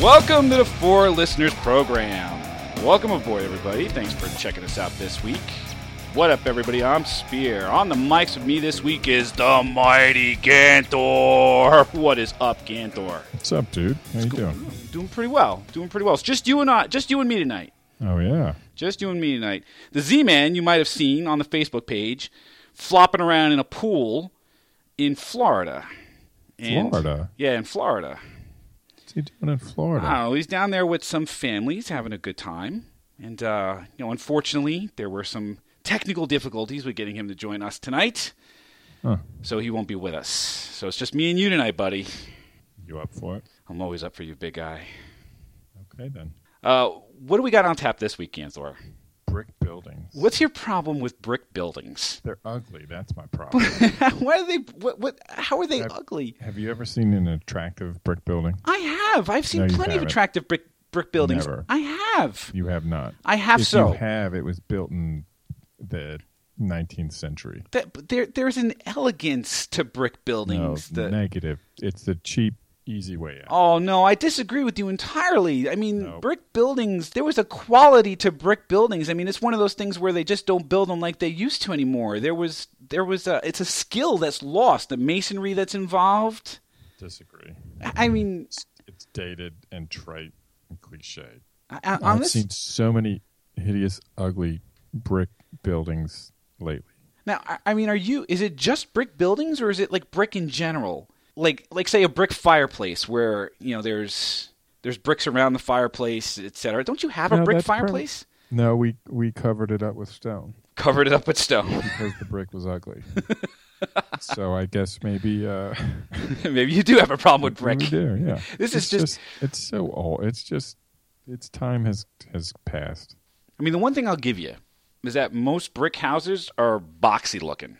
Welcome to the Four Listeners Program. Welcome aboard, everybody. Thanks for checking us out this week. What up, everybody? I'm Spear. On the mics with me this week is the mighty Gantor. What is up, Gantor? What's up, dude? How you doing? Doing pretty well. Doing pretty well. It's just you and I. Just you and me tonight. Oh yeah. Just you and me tonight. The Z Man you might have seen on the Facebook page, flopping around in a pool in Florida. And- Florida? Yeah, in Florida. What's he doing in Florida? I don't know. He's down there with some families having a good time. And, uh, you know, unfortunately, there were some technical difficulties with getting him to join us tonight. Huh. So he won't be with us. So it's just me and you tonight, buddy. You up for it? I'm always up for you, big guy. Okay then. Uh, what do we got on tap this week, Ganthor? Brick buildings. What's your problem with brick buildings? They're ugly. That's my problem. Why are they? What, what, how are they I've- ugly? Have you ever seen an attractive brick building? I have. I've seen No, you plenty of haven't. attractive brick brick buildings. Never. I have. You have not. I have if so. you have, it was built in the 19th century. that, but there, there's an elegance to brick No, buildings. that, negative. It's the cheap, easy way out. Oh no, I disagree with you entirely. I mean, No. brick buildings, there was a quality to brick buildings. I mean, it's one of those things where they just don't build them like they used to anymore. There was there was a it's a skill that's lost, the masonry that's involved. Disagree. I I mean, It's, it's dated and trite and cliche. I, I, on I've this, seen so many hideous, ugly brick buildings lately. now I, I mean, are you is it just brick buildings or is it like brick in general? Like like say a brick fireplace where, you know, there's there's bricks around the fireplace, etc. Don't you have a No, brick that's probably- fireplace? No, we we covered it up with stone Covered it up with stone. because the brick was ugly. so I guess maybe uh, Maybe you do have a problem with brick. we do. Yeah, This It's is just- it's so old. It's just its time has has passed. I mean, the one thing I'll give you is that most brick houses are boxy looking.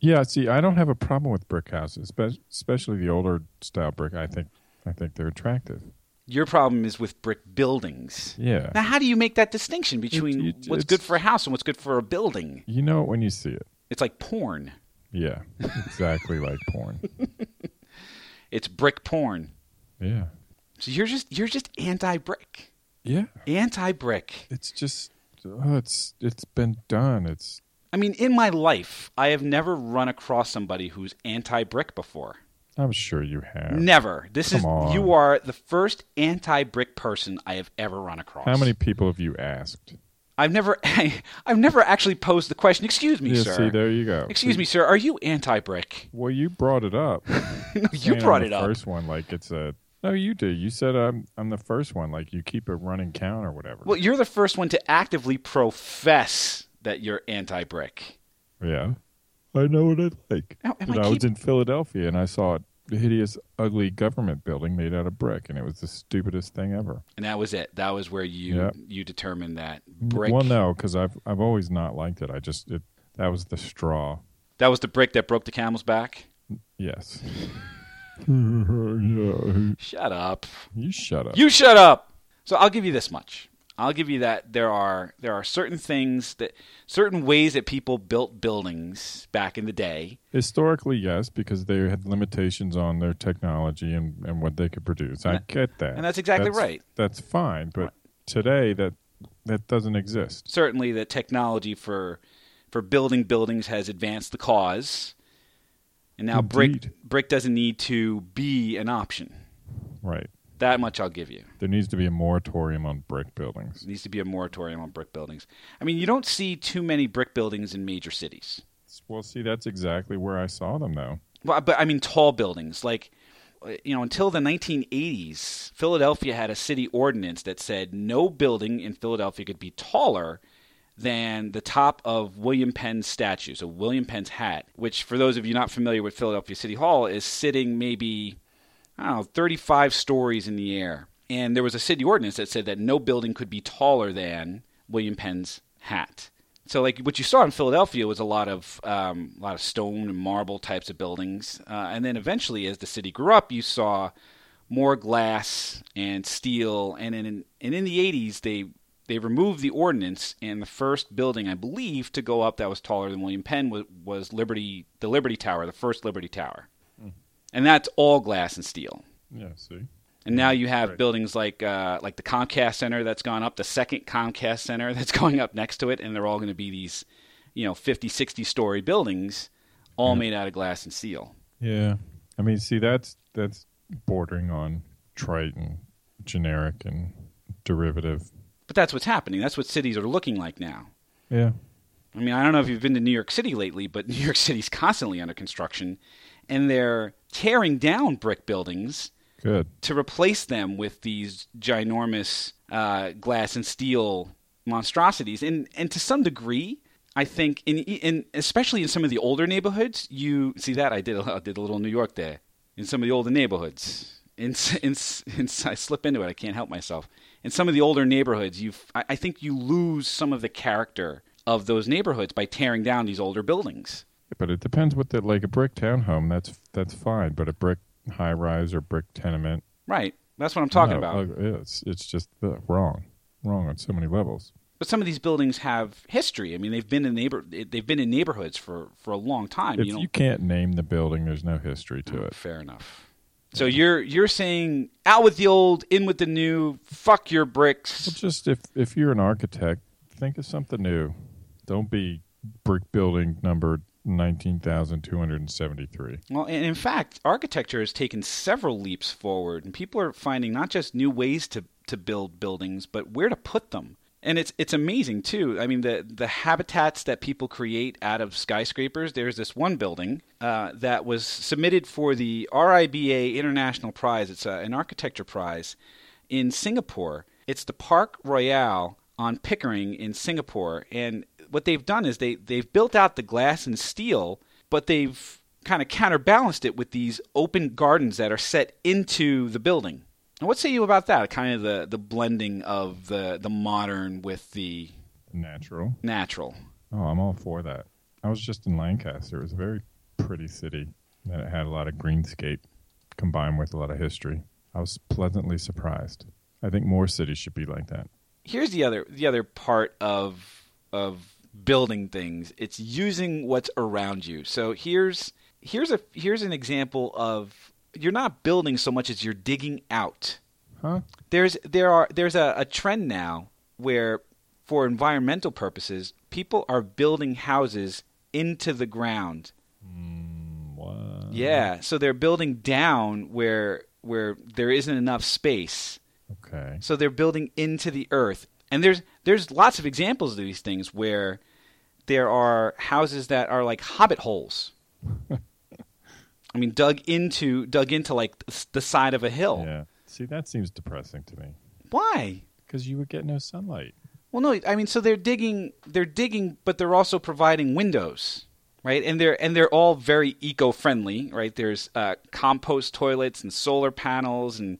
Yeah, see, I don't have a problem with brick houses, but especially the older style brick. I think I think they're attractive. Your problem is with brick buildings. Yeah, Now, how do you make that distinction between It- it- what's it's- good for a house and what's good for a building? you know it when you see it. It's like porn. Yeah, exactly like porn. It's brick porn. Yeah, So you're just you're just anti-brick. yeah. Anti-brick. It's just oh, it's it's been done. It's I mean, in my life, I have never run across somebody who's anti-brick before. I'm sure you have. Never. This is Come on. you are the first anti-brick person I have ever run across. How many people have you asked? I've never I've never actually posed the question. Excuse me, Yeah, sir. See, there you go. Excuse See, me, sir. Are you anti-brick? Well, you brought it up. No, you Saying brought I'm it the up. First one, like it's a. No, you did. You said I'm. I'm the first one. Like you keep a running count or whatever. Well, you're the first one to actively profess that you're anti-brick. yeah. I know what I like. Now, am And I I was keep- in Philadelphia and I saw a hideous, ugly government building made out of brick, and it was the stupidest thing ever. And that was it. That was where you Yeah. you determined that brick. Well, no, because I've I've always not liked it. I just it that was the straw. That was the brick that broke the camel's back. Yes. you Shut up. shut up. You shut up. So I'll give you this much. I'll give you that there are there are certain things that certain ways that people built buildings back in the day. Historically, yes, because they had limitations on their technology and, and what they could produce. I And- get that. and that's exactly right. That's fine, but today that that doesn't exist. certainly the technology for for building buildings has advanced the cause, and now Indeed. brick brick doesn't need to be an option. Right. That much I'll give you. There needs to be a moratorium on brick buildings. There needs to be a moratorium on brick buildings. I mean, you don't see too many brick buildings in major cities. Well, see, that's exactly where I saw them, though. Well, but I mean tall buildings like you know until the 1980s Philadelphia had a city ordinance that said no building in Philadelphia could be taller than the top of William Penn's statue so William Penn's hat which for those of you not familiar with Philadelphia City Hall is sitting maybe I don't know 35 stories in the air and there was a city ordinance that said that no building could be taller than William Penn's hat so like what you saw in Philadelphia was a lot of um, a lot of stone and marble types of buildings, uh, and then eventually as the city grew up, you saw more glass and steel, and in and in the '80s they they removed the ordinance, and the first building I believe to go up that was taller than William Penn was, was Liberty the Liberty Tower, the first Liberty Tower, and that's all glass and steel. Yeah, see? And now you have Right. buildings like uh, like the Comcast Center that's gone up, the second Comcast Center that's going up next to it, and they're all going to be these, you know, 50, 60 story buildings, all made out of glass and steel. Yeah, I mean, see, that's that's bordering on trite and generic and derivative. But that's what's happening. That's what cities are looking like now. Yeah, I mean, I don't know if you've been to New York City lately, but New York City's constantly under construction, and they're tearing down brick buildings good. to replace them with these ginormous uh, glass and steel monstrosities. And and to some degree, I think in in especially in some of the older neighborhoods, you see that I did a, I did a little New York there in some of the older neighborhoods. In, s- in, s- in, s- I slip into it. I can't help myself. In some of the older neighborhoods, you I, I think you lose some of the character of those neighborhoods by tearing down these older buildings. But it depends what the like a brick townhome. That's that's fine, but a brick high rise or brick tenement. Right. That's what I'm talking no, about. uh, It's it's just uh, wrong, wrong on so many levels. But some of these buildings have history. I mean, they've been in neighbor they've been in neighborhoods for, for a long time. If you, you, don't- can't name the building, there's no history to it. Fair enough. So you're you're saying out with the old, in with the new. Fuck your Well, bricks. just if if you're an architect, think of something new. Don't be brick building number nineteen thousand two hundred and seventy three. Well, and in fact, architecture has taken several leaps forward, and people are finding not just new ways to to build buildings, but where to put them. And it's it's amazing too. I mean, the the habitats that people create out of skyscrapers. There's this one building uh, that was submitted for the RIBA International Prize. It's a, an architecture prize in Singapore. It's the Park Royale on Pickering in Singapore, and what they've done is they they've built out the glass and steel, but they've kind of counterbalanced it with these open gardens that are set into the building. And what say you about that? Kind of the, the blending of the, the modern with the Natural. natural. Oh, I'm all for that. I was just in Lancaster. It was a very pretty city that it had a lot of greenscape combined with a lot of history. I was pleasantly surprised. I think more cities should be like that. Here's the other the other part of of building things. It's using what's around you. So here's here's a here's an example of you're not building so much as you're digging out. Huh? there's there are there's a, a trend now where for environmental purposes people are building houses into the ground Mm, What? yeah so they're building down where where there isn't enough space Okay. so they're building into the earth and there's there's lots of examples of these things where there are houses that are like hobbit holes i mean dug into dug into like s- the side of a hill Yeah. See, that seems depressing to me why because you would get no sunlight. Well, no, I mean, so they're digging, they're digging, but they're also providing windows, right? And they're and they're all very eco-friendly, right? There's uh, compost toilets and solar panels and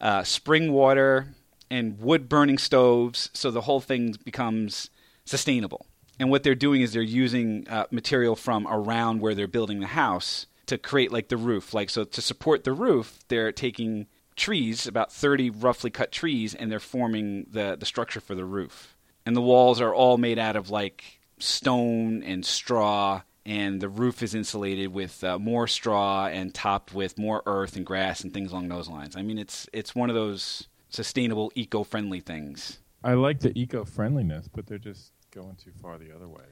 uh, spring water and wood-burning stoves, so the whole thing becomes sustainable. And what they're doing is they're using uh, material from around where they're building the house to create like the roof, like so to support the roof, they're taking trees, about 30 roughly cut trees, and they're forming the, the structure for the roof. And the walls are all made out of like stone and straw, and the roof is insulated with uh, more straw and topped with more earth and grass and things along those lines. I mean, it's it's one of those sustainable, eco-friendly things. I like the eco friendliness, but they're just going too far the other way.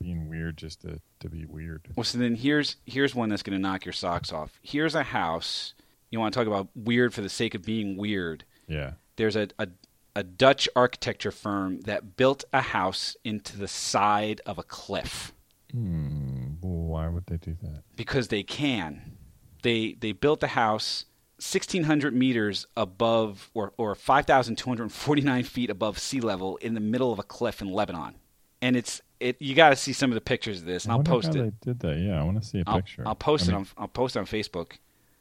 Being weird just to, to be weird. Well, so then here's here's one that's going to knock your socks off. Here's a house. You want to talk about weird for the sake of being weird. Yeah. there's a, a a Dutch architecture firm that built a house into the side of a cliff Hmm. Why would they do that? because they can. They they built the house 1600 meters above or or 5249 feet above sea level in the middle of a cliff in Lebanon. And it's it you got to see some of the pictures of this and I I'll wonder post how it. They did that. Yeah, I want to see a I'll, picture. I'll post I it mean, on I'll post it on Facebook.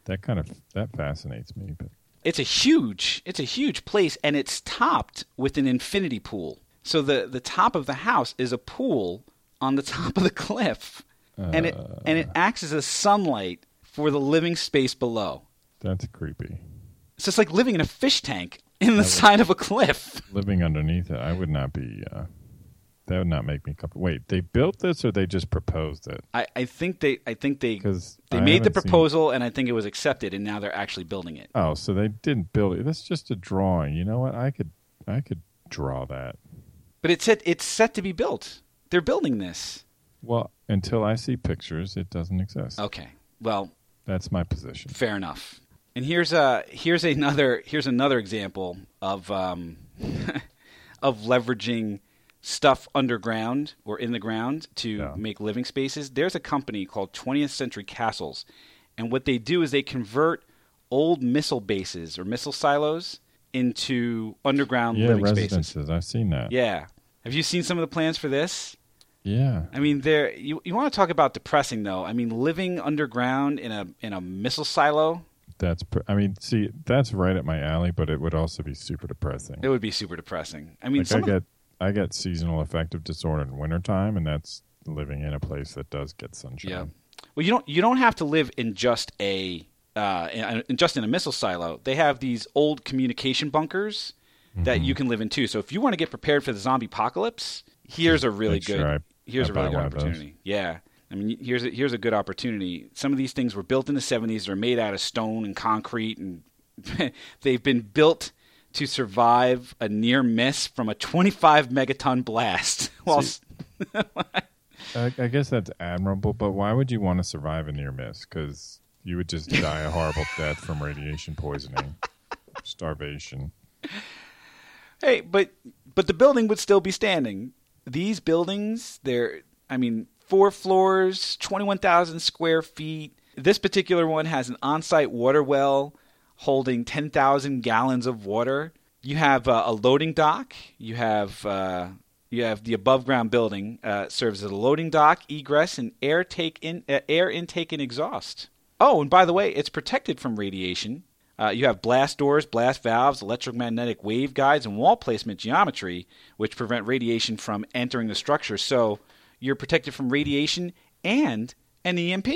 that kind of that fascinates me. But it's a huge it's a huge place and it's topped with an infinity pool so the the top of the house is a pool on the top of the cliff and uh, it and it acts as a sunlight for the living space below that's creepy. so it's like living in a fish tank in the side of a cliff Living underneath it, I would not be. Uh, That would not make me comfortable. Wait, they built this or they just proposed it? I, I think they I think they Because they made the proposal and I think it was accepted and now they're actually building it. Oh, so they didn't build it. That's just a drawing. You know what? I could I could draw that. But it's set, it's set to be built. They're building this. Well, until I see pictures, it doesn't exist. Okay. Well, That's my position. fair enough. And here's a here's another here's another example of um, of leveraging stuff underground or in the ground to Yeah. make living spaces. There's a company called 20th Century Castles, and what they do is they convert old missile bases or missile silos into underground Yeah, living residences. spaces. I've seen that. Yeah. Have you seen some of the plans for this? Yeah. I mean, there you, you want to talk about depressing though. I mean, living underground in a in a missile silo, That's. Pr- I mean, see, that's right at my alley, but it would also be super depressing. it would be super depressing. I mean, like I some of the- get, I get seasonal affective disorder in wintertime, and that's living in a place that does get sunshine. yeah. Well, you don't you don't have to live in just a uh, in, in just in a missile silo. They have these old communication bunkers Mm-hmm. that you can live in too. So if you want to get prepared for the zombie apocalypse, here's a really Make sure good I- here's I a really buy good one of those. opportunity. Yeah. I mean, here's a, here's a good opportunity. Some of these things were built in the 70s. They're made out of stone and concrete, and they've been built to survive a near miss from a 25 megaton blast. While s- I, I guess that's admirable, but why would you want to survive a near miss? Because you would just die a horrible death from radiation poisoning, starvation. Hey, but but the building would still be standing. These buildings, they're I mean, four floors, twenty-one thousand square feet. This particular one has an on-site water well holding ten thousand gallons of water. You have uh, a loading dock. You have uh, you have the above-ground building uh, serves as a loading dock, egress, and air take in uh, air intake and exhaust. Oh, and by the way, it's protected from radiation. Uh, you have blast doors, blast valves, electromagnetic wave guides, and wall placement geometry, which prevent radiation from entering the structure. So you're protected from radiation and an EMP.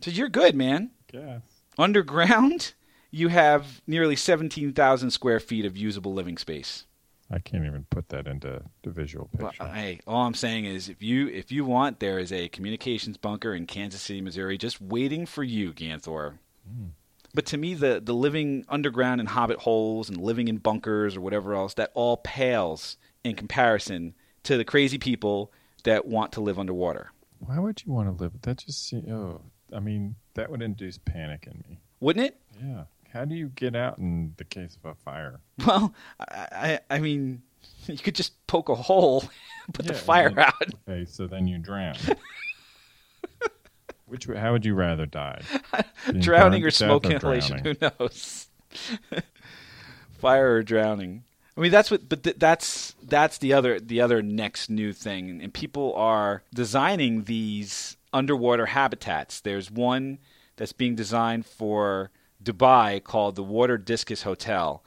So you're good, man. Yes. Underground, you have nearly 17,000 square feet of usable living space. I can't even put that into the visual Well, picture. hey, all I'm saying is, if you if you want, there is a communications bunker in Kansas City, Missouri, just waiting for you, Ganthor. Hmm. But to me, the the living underground in hobbit holes and living in bunkers or whatever else, that all pales in comparison to the crazy people that want to live underwater. why would you want to live? That just seems. Oh, I mean, that would induce panic in me. Wouldn't it? Yeah. How do you get out in the case of a fire? Well, I I, I mean, you could just poke a hole, put the Yeah, fire I mean- out. Okay, so then you drown. Which way, how would you rather die? Being drowning burned or to death smoke inhalation. drowning? Who knows? Fire or drowning. I mean, that's what. But th- that's that's the other the other next new thing, and people are designing these underwater habitats. There's one that's being designed for Dubai called the Water Discus Hotel,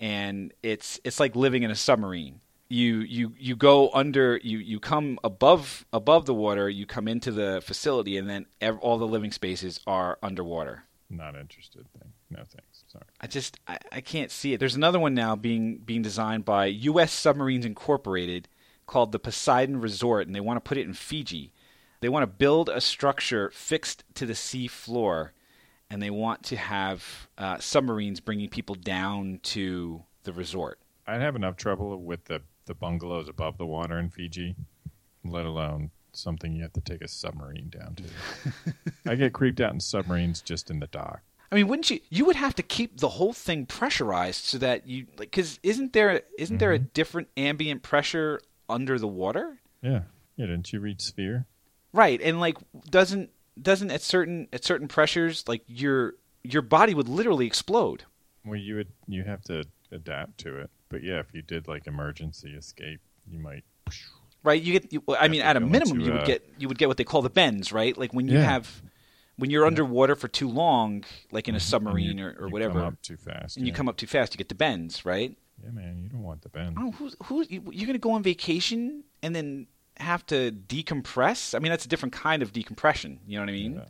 and it's it's like living in a submarine. You you you go under you you come above above the water. You come into the facility, and then ev- all the living spaces are underwater. Not interested. Thing. No thanks. Sorry. I just I, I can't see it. There's another one now being being designed by U.S. Submarines Incorporated called the Poseidon Resort, and they want to put it in Fiji. They want to build a structure fixed to the sea floor, and they want to have uh, submarines bringing people down to the resort. I'd have enough trouble with the, the bungalows above the water in Fiji, let alone something you have to take a submarine down to. I get creeped out in submarines just in the dock. I mean, wouldn't you? You would have to keep the whole thing pressurized so that you like because isn't there isn't there a different ambient pressure under the water? Yeah. Yeah, didn't you read Sphere? Right, and like doesn't doesn't at certain at certain pressures like your your body would literally explode. Well, you would you have to adapt to it. But yeah, if you did like emergency escape, you might. Right, you get. You, well, I mean, Have at to a go minimum, into, you would uh, get you would get what they call the bends. Right, like when you Yeah. have when you're underwater for too long, like in a submarine and you- or, or you whatever, Come up too fast. and you yeah. come up too fast, you get the bends. Right. Yeah, man, you don't want the bend. Oh, who's who? you- You're gonna go on vacation and then have to decompress. I mean, that's a different kind of decompression. You know what I mean? Yeah.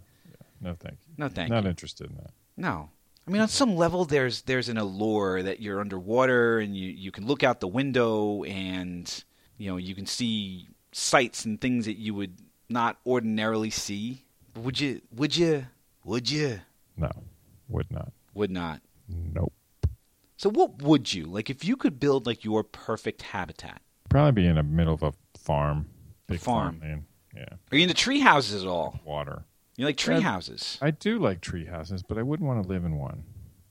No, thank you. No, thank Not you. interested in that. No. I mean, on some level, there's there's an allure that you're underwater and you, you can look out the window and you know, you can see sights and things that you would not ordinarily see. Would you? Would you? Would you? No, would not. Would not. Nope. So what would you like if you could build like your perfect habitat? Probably be in the middle of a farm. Big farm. farmland. Yeah. Are you into tree houses at all? Water. You like tree Yeah. houses? I do like tree houses, but I wouldn't want to live in one.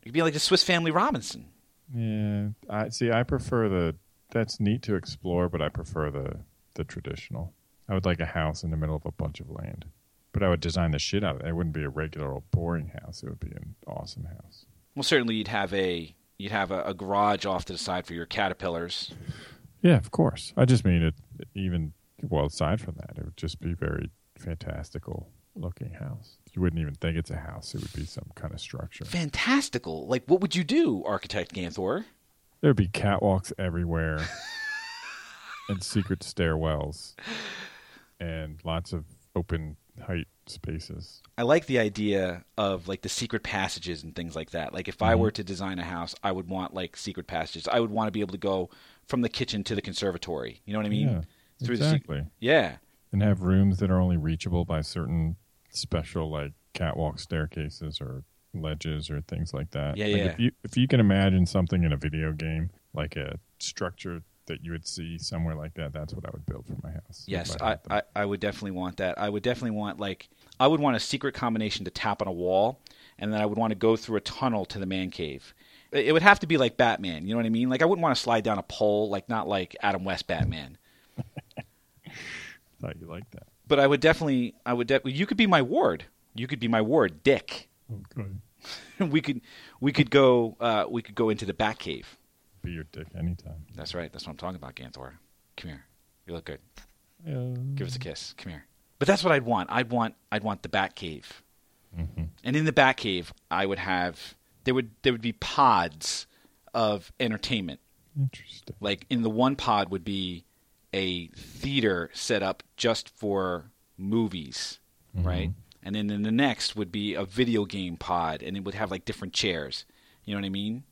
You'd be like the Swiss Family Robinson. Yeah. I see I prefer the that's neat to explore, but I prefer the the traditional. I would like a house in the middle of a bunch of land. But I would design the shit out of it. It wouldn't be a regular old boring house. It would be an awesome house. Well, certainly you'd have a you'd have a, a garage off to the side for your caterpillars. Yeah, of course. I just mean it even well aside from that, it would just be very fantastical looking house. You wouldn't even think it's a house. It would be some kind of structure. Fantastical! Like, what would you do, Architect Ganthor? There'd be catwalks everywhere and secret stairwells and lots of open height spaces. I like the idea of like the secret passages and things like that. Like, if I Mhm. were to design a house, I would want like secret passages. I would want to be able to go from the kitchen to the conservatory. You know what I mean? yeah, through the exactly. Yeah. and have rooms that are only reachable by certain special like catwalk staircases or ledges or things like that. Yeah, Like, yeah. If you if you can imagine something in a video game, like a structure that you would see somewhere like that, that's what I would build for my house. if Yes, had I, them. I, I would definitely want that. I would definitely want like I would want a secret combination to tap on a wall, and then I would want to go through a tunnel to the man cave. It it would have to be like Batman, you know what I mean? Like I wouldn't want to slide down a pole, like not like Adam West Batman. thought you liked that. But I would definitely, I would definitely. You could be my ward. You could be my ward, Dick. Okay. we could, we could go, uh, we could go into the Bat Cave. Be your dick anytime. That's right. That's what I'm talking about, Ganthor. Come here. You look good. Yeah. Give us a kiss. Come here. But that's what I'd want. I'd want, I'd want the Bat Cave. Mhm. and in the Batcave, I would have there would there would be pods of entertainment. Interesting. Like in the one pod would be a theater set up just for movies, Mm-hmm. right? And then in the next would be a video game pod, and it would have like different chairs. You know what I mean?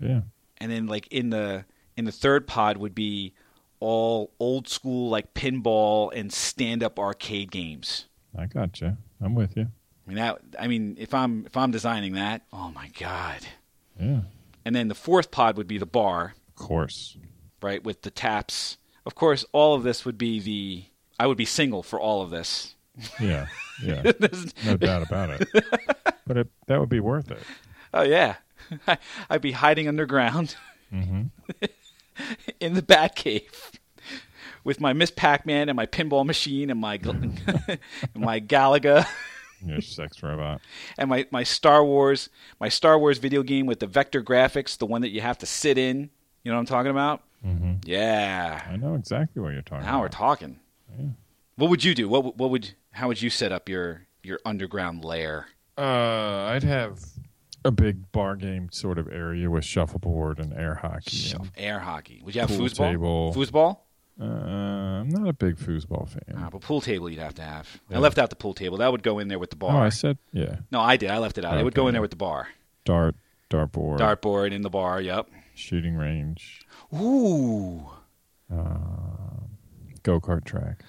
Yeah. And then like in the in the third pod would be all old school like pinball and stand up arcade games. I gotcha. I'm with you. I mean that I mean if I'm if I'm designing that, oh my god. Yeah. And then the fourth pod would be the bar, Of course. right, with the taps. Of course, all of this would be the. I would be single for all of this. Yeah. Yeah. This- no doubt about it. But it, that would be worth it. oh, yeah. I'd be hiding underground Mm-hmm. in the bat cave with my Miss Pac Man and my pinball machine and my, gl- and my Galaga Your sex robot. and my, my Star Wars my Star Wars video game with the vector graphics, the one that you have to sit in. You know what I'm talking about? Mm-hmm. Yeah. I know exactly what you're talking Now we're about. talking. Yeah. What would you do? What what would how would you set up your your underground lair? Uh, I'd have a big bar game sort of area with shuffleboard and air hockey. Shelf Air hockey. Would you have Pool foosball? table. Foosball? Uh, I'm not a big foosball fan. Ah, but pool table you'd have to have. Yeah. I left out the pool table. That would go in there with the oh, bar. I said yeah. no, I did. I left it out. It would Okay. go in there with the bar. Dart, dartboard, Dartboard in the bar. Yep. shooting range, Ooh. go kart track,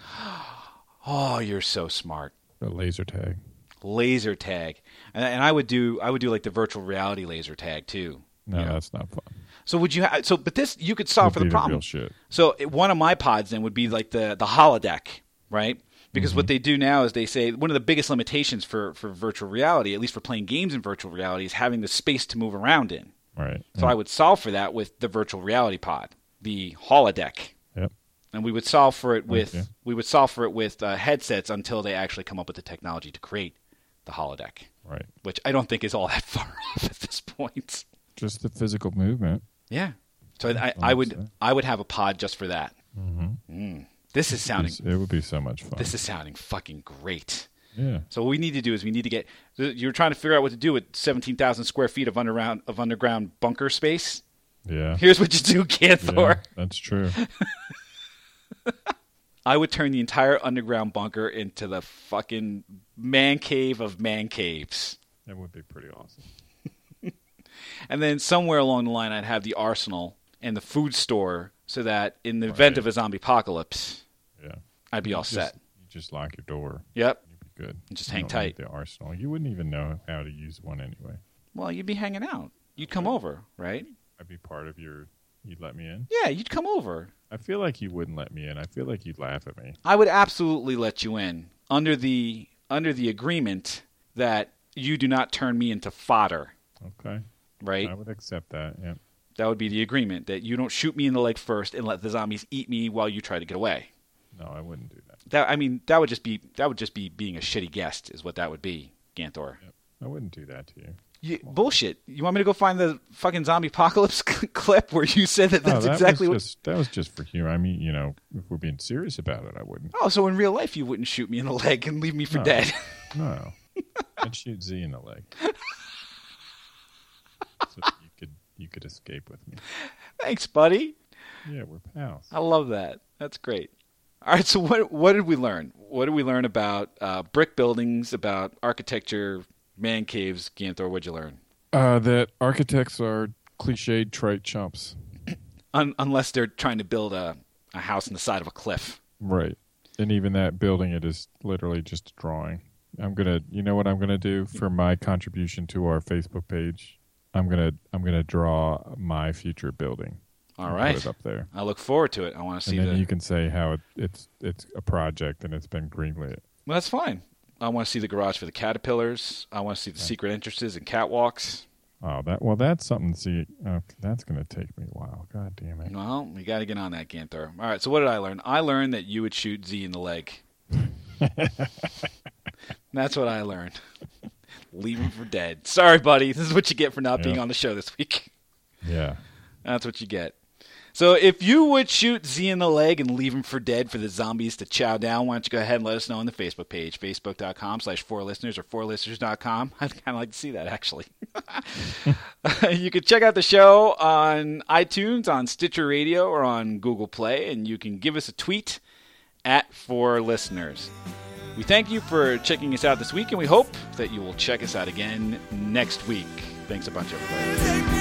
Oh, you're so smart. a laser tag. Laser tag, and, and I would do. I would do like the virtual reality laser tag too. No, Yeah. that's not fun. So would you? Ha- so, but this you could solve for the That'd be problem. real shit. So it, one of my pods then would be like the the holodeck, right? Because what they do now is they say one of the biggest limitations for for virtual reality, at least for playing games in virtual reality, is having the space to move around in. Right. Mm, So I would solve for that with the virtual reality pod, the holodeck, Yep. and we would solve for it with Okay. we would solve for it with uh, headsets until they actually come up with the technology to create the holodeck, Right. which I don't think is all that far off at this point. Just the physical movement. Yeah. So I, I, I I like would that. I would have a pod just for that. Mm-hmm. Mm. This is sounding It would be so much fun. this is sounding fucking great. yeah. So what we need to do is we need to get. You're trying to figure out what to do with 17,000 square feet of underground of underground bunker space. Yeah. Here's what you do, Ganthor. Yeah, that's true. I would turn the entire underground bunker into the fucking man cave of man caves. That would be pretty awesome. And then somewhere along the line, I'd have the arsenal and the food store so that in the event Right. of a zombie apocalypse, Yeah. I'd be all Just- set. You just lock your door. Yep. You'd be good. Just You hang don't tight. need The arsenal. You wouldn't even know how to use one anyway. Well, you'd be hanging out. You'd come over, right? I'd be part of your. You'd let me in. Yeah, you'd come over. I feel like you wouldn't let me in. I feel like you'd laugh at me. I would absolutely let you in under the under the agreement that you do not turn me into fodder, Okay. right? I would accept that. Yeah. That would be the agreement that you don't shoot me in the leg first and let the zombies eat me while you try to get away. No, I wouldn't do that. That I mean, that would just be that would just be being a shitty guest is what that would be, Ganthor. I wouldn't do that to you. You, bullshit. You want me to go find the fucking zombie apocalypse clip where you said that No, that's that exactly what was just, that was just for humor. I mean, you know, if we're being serious about it, I wouldn't. Oh, so in real life you wouldn't shoot me in the leg and leave me for No. dead. No, I'd shoot Z in the leg. so that you could you could escape with me. Thanks, buddy. Yeah, we're pals. I love that. That's great. All right, so what what did we learn? What did we learn about uh, brick buildings, about architecture, man caves, Ganthor? What'd you learn? Uh, that architects are cliched trite chumps. Un- unless they're trying to build a, a house on the side of a cliff. Right. And even that building it is literally just a drawing. I'm gonna you know what I'm gonna do for my contribution to our Facebook page? I'm gonna I'm gonna draw my future building. All and right. Put it up there. I look forward to it. I want to see and then the. you can say how it, it's it's a project and it's been greenlit. Well, that's fine. I want to see the garage for the caterpillars. I want to see the secret entrances and catwalks. Oh, that well, that's something. To see, oh, that's going to take me a while. God damn it! Well, we got to get on that, Ganthor. All right, so what did I learn? I learned that you would shoot Z in the leg. That's what I learned. Leave him for dead. Sorry, buddy. This is what you get for not being Yeah. on the show this week. Yeah, That's what you get. So if you would shoot Z in the leg and leave him for dead for the zombies to chow down, why don't you go ahead and let us know on the Facebook page, facebook.com slash four listeners or fourlisteners.com. I'd kind of like to see that, actually. you can check out the show on iTunes, on Stitcher Radio, or on Google Play, and you can give us a tweet at four listeners. We thank you for checking us out this week, and we hope that you will check us out again next week. Thanks a bunch, everybody. Take me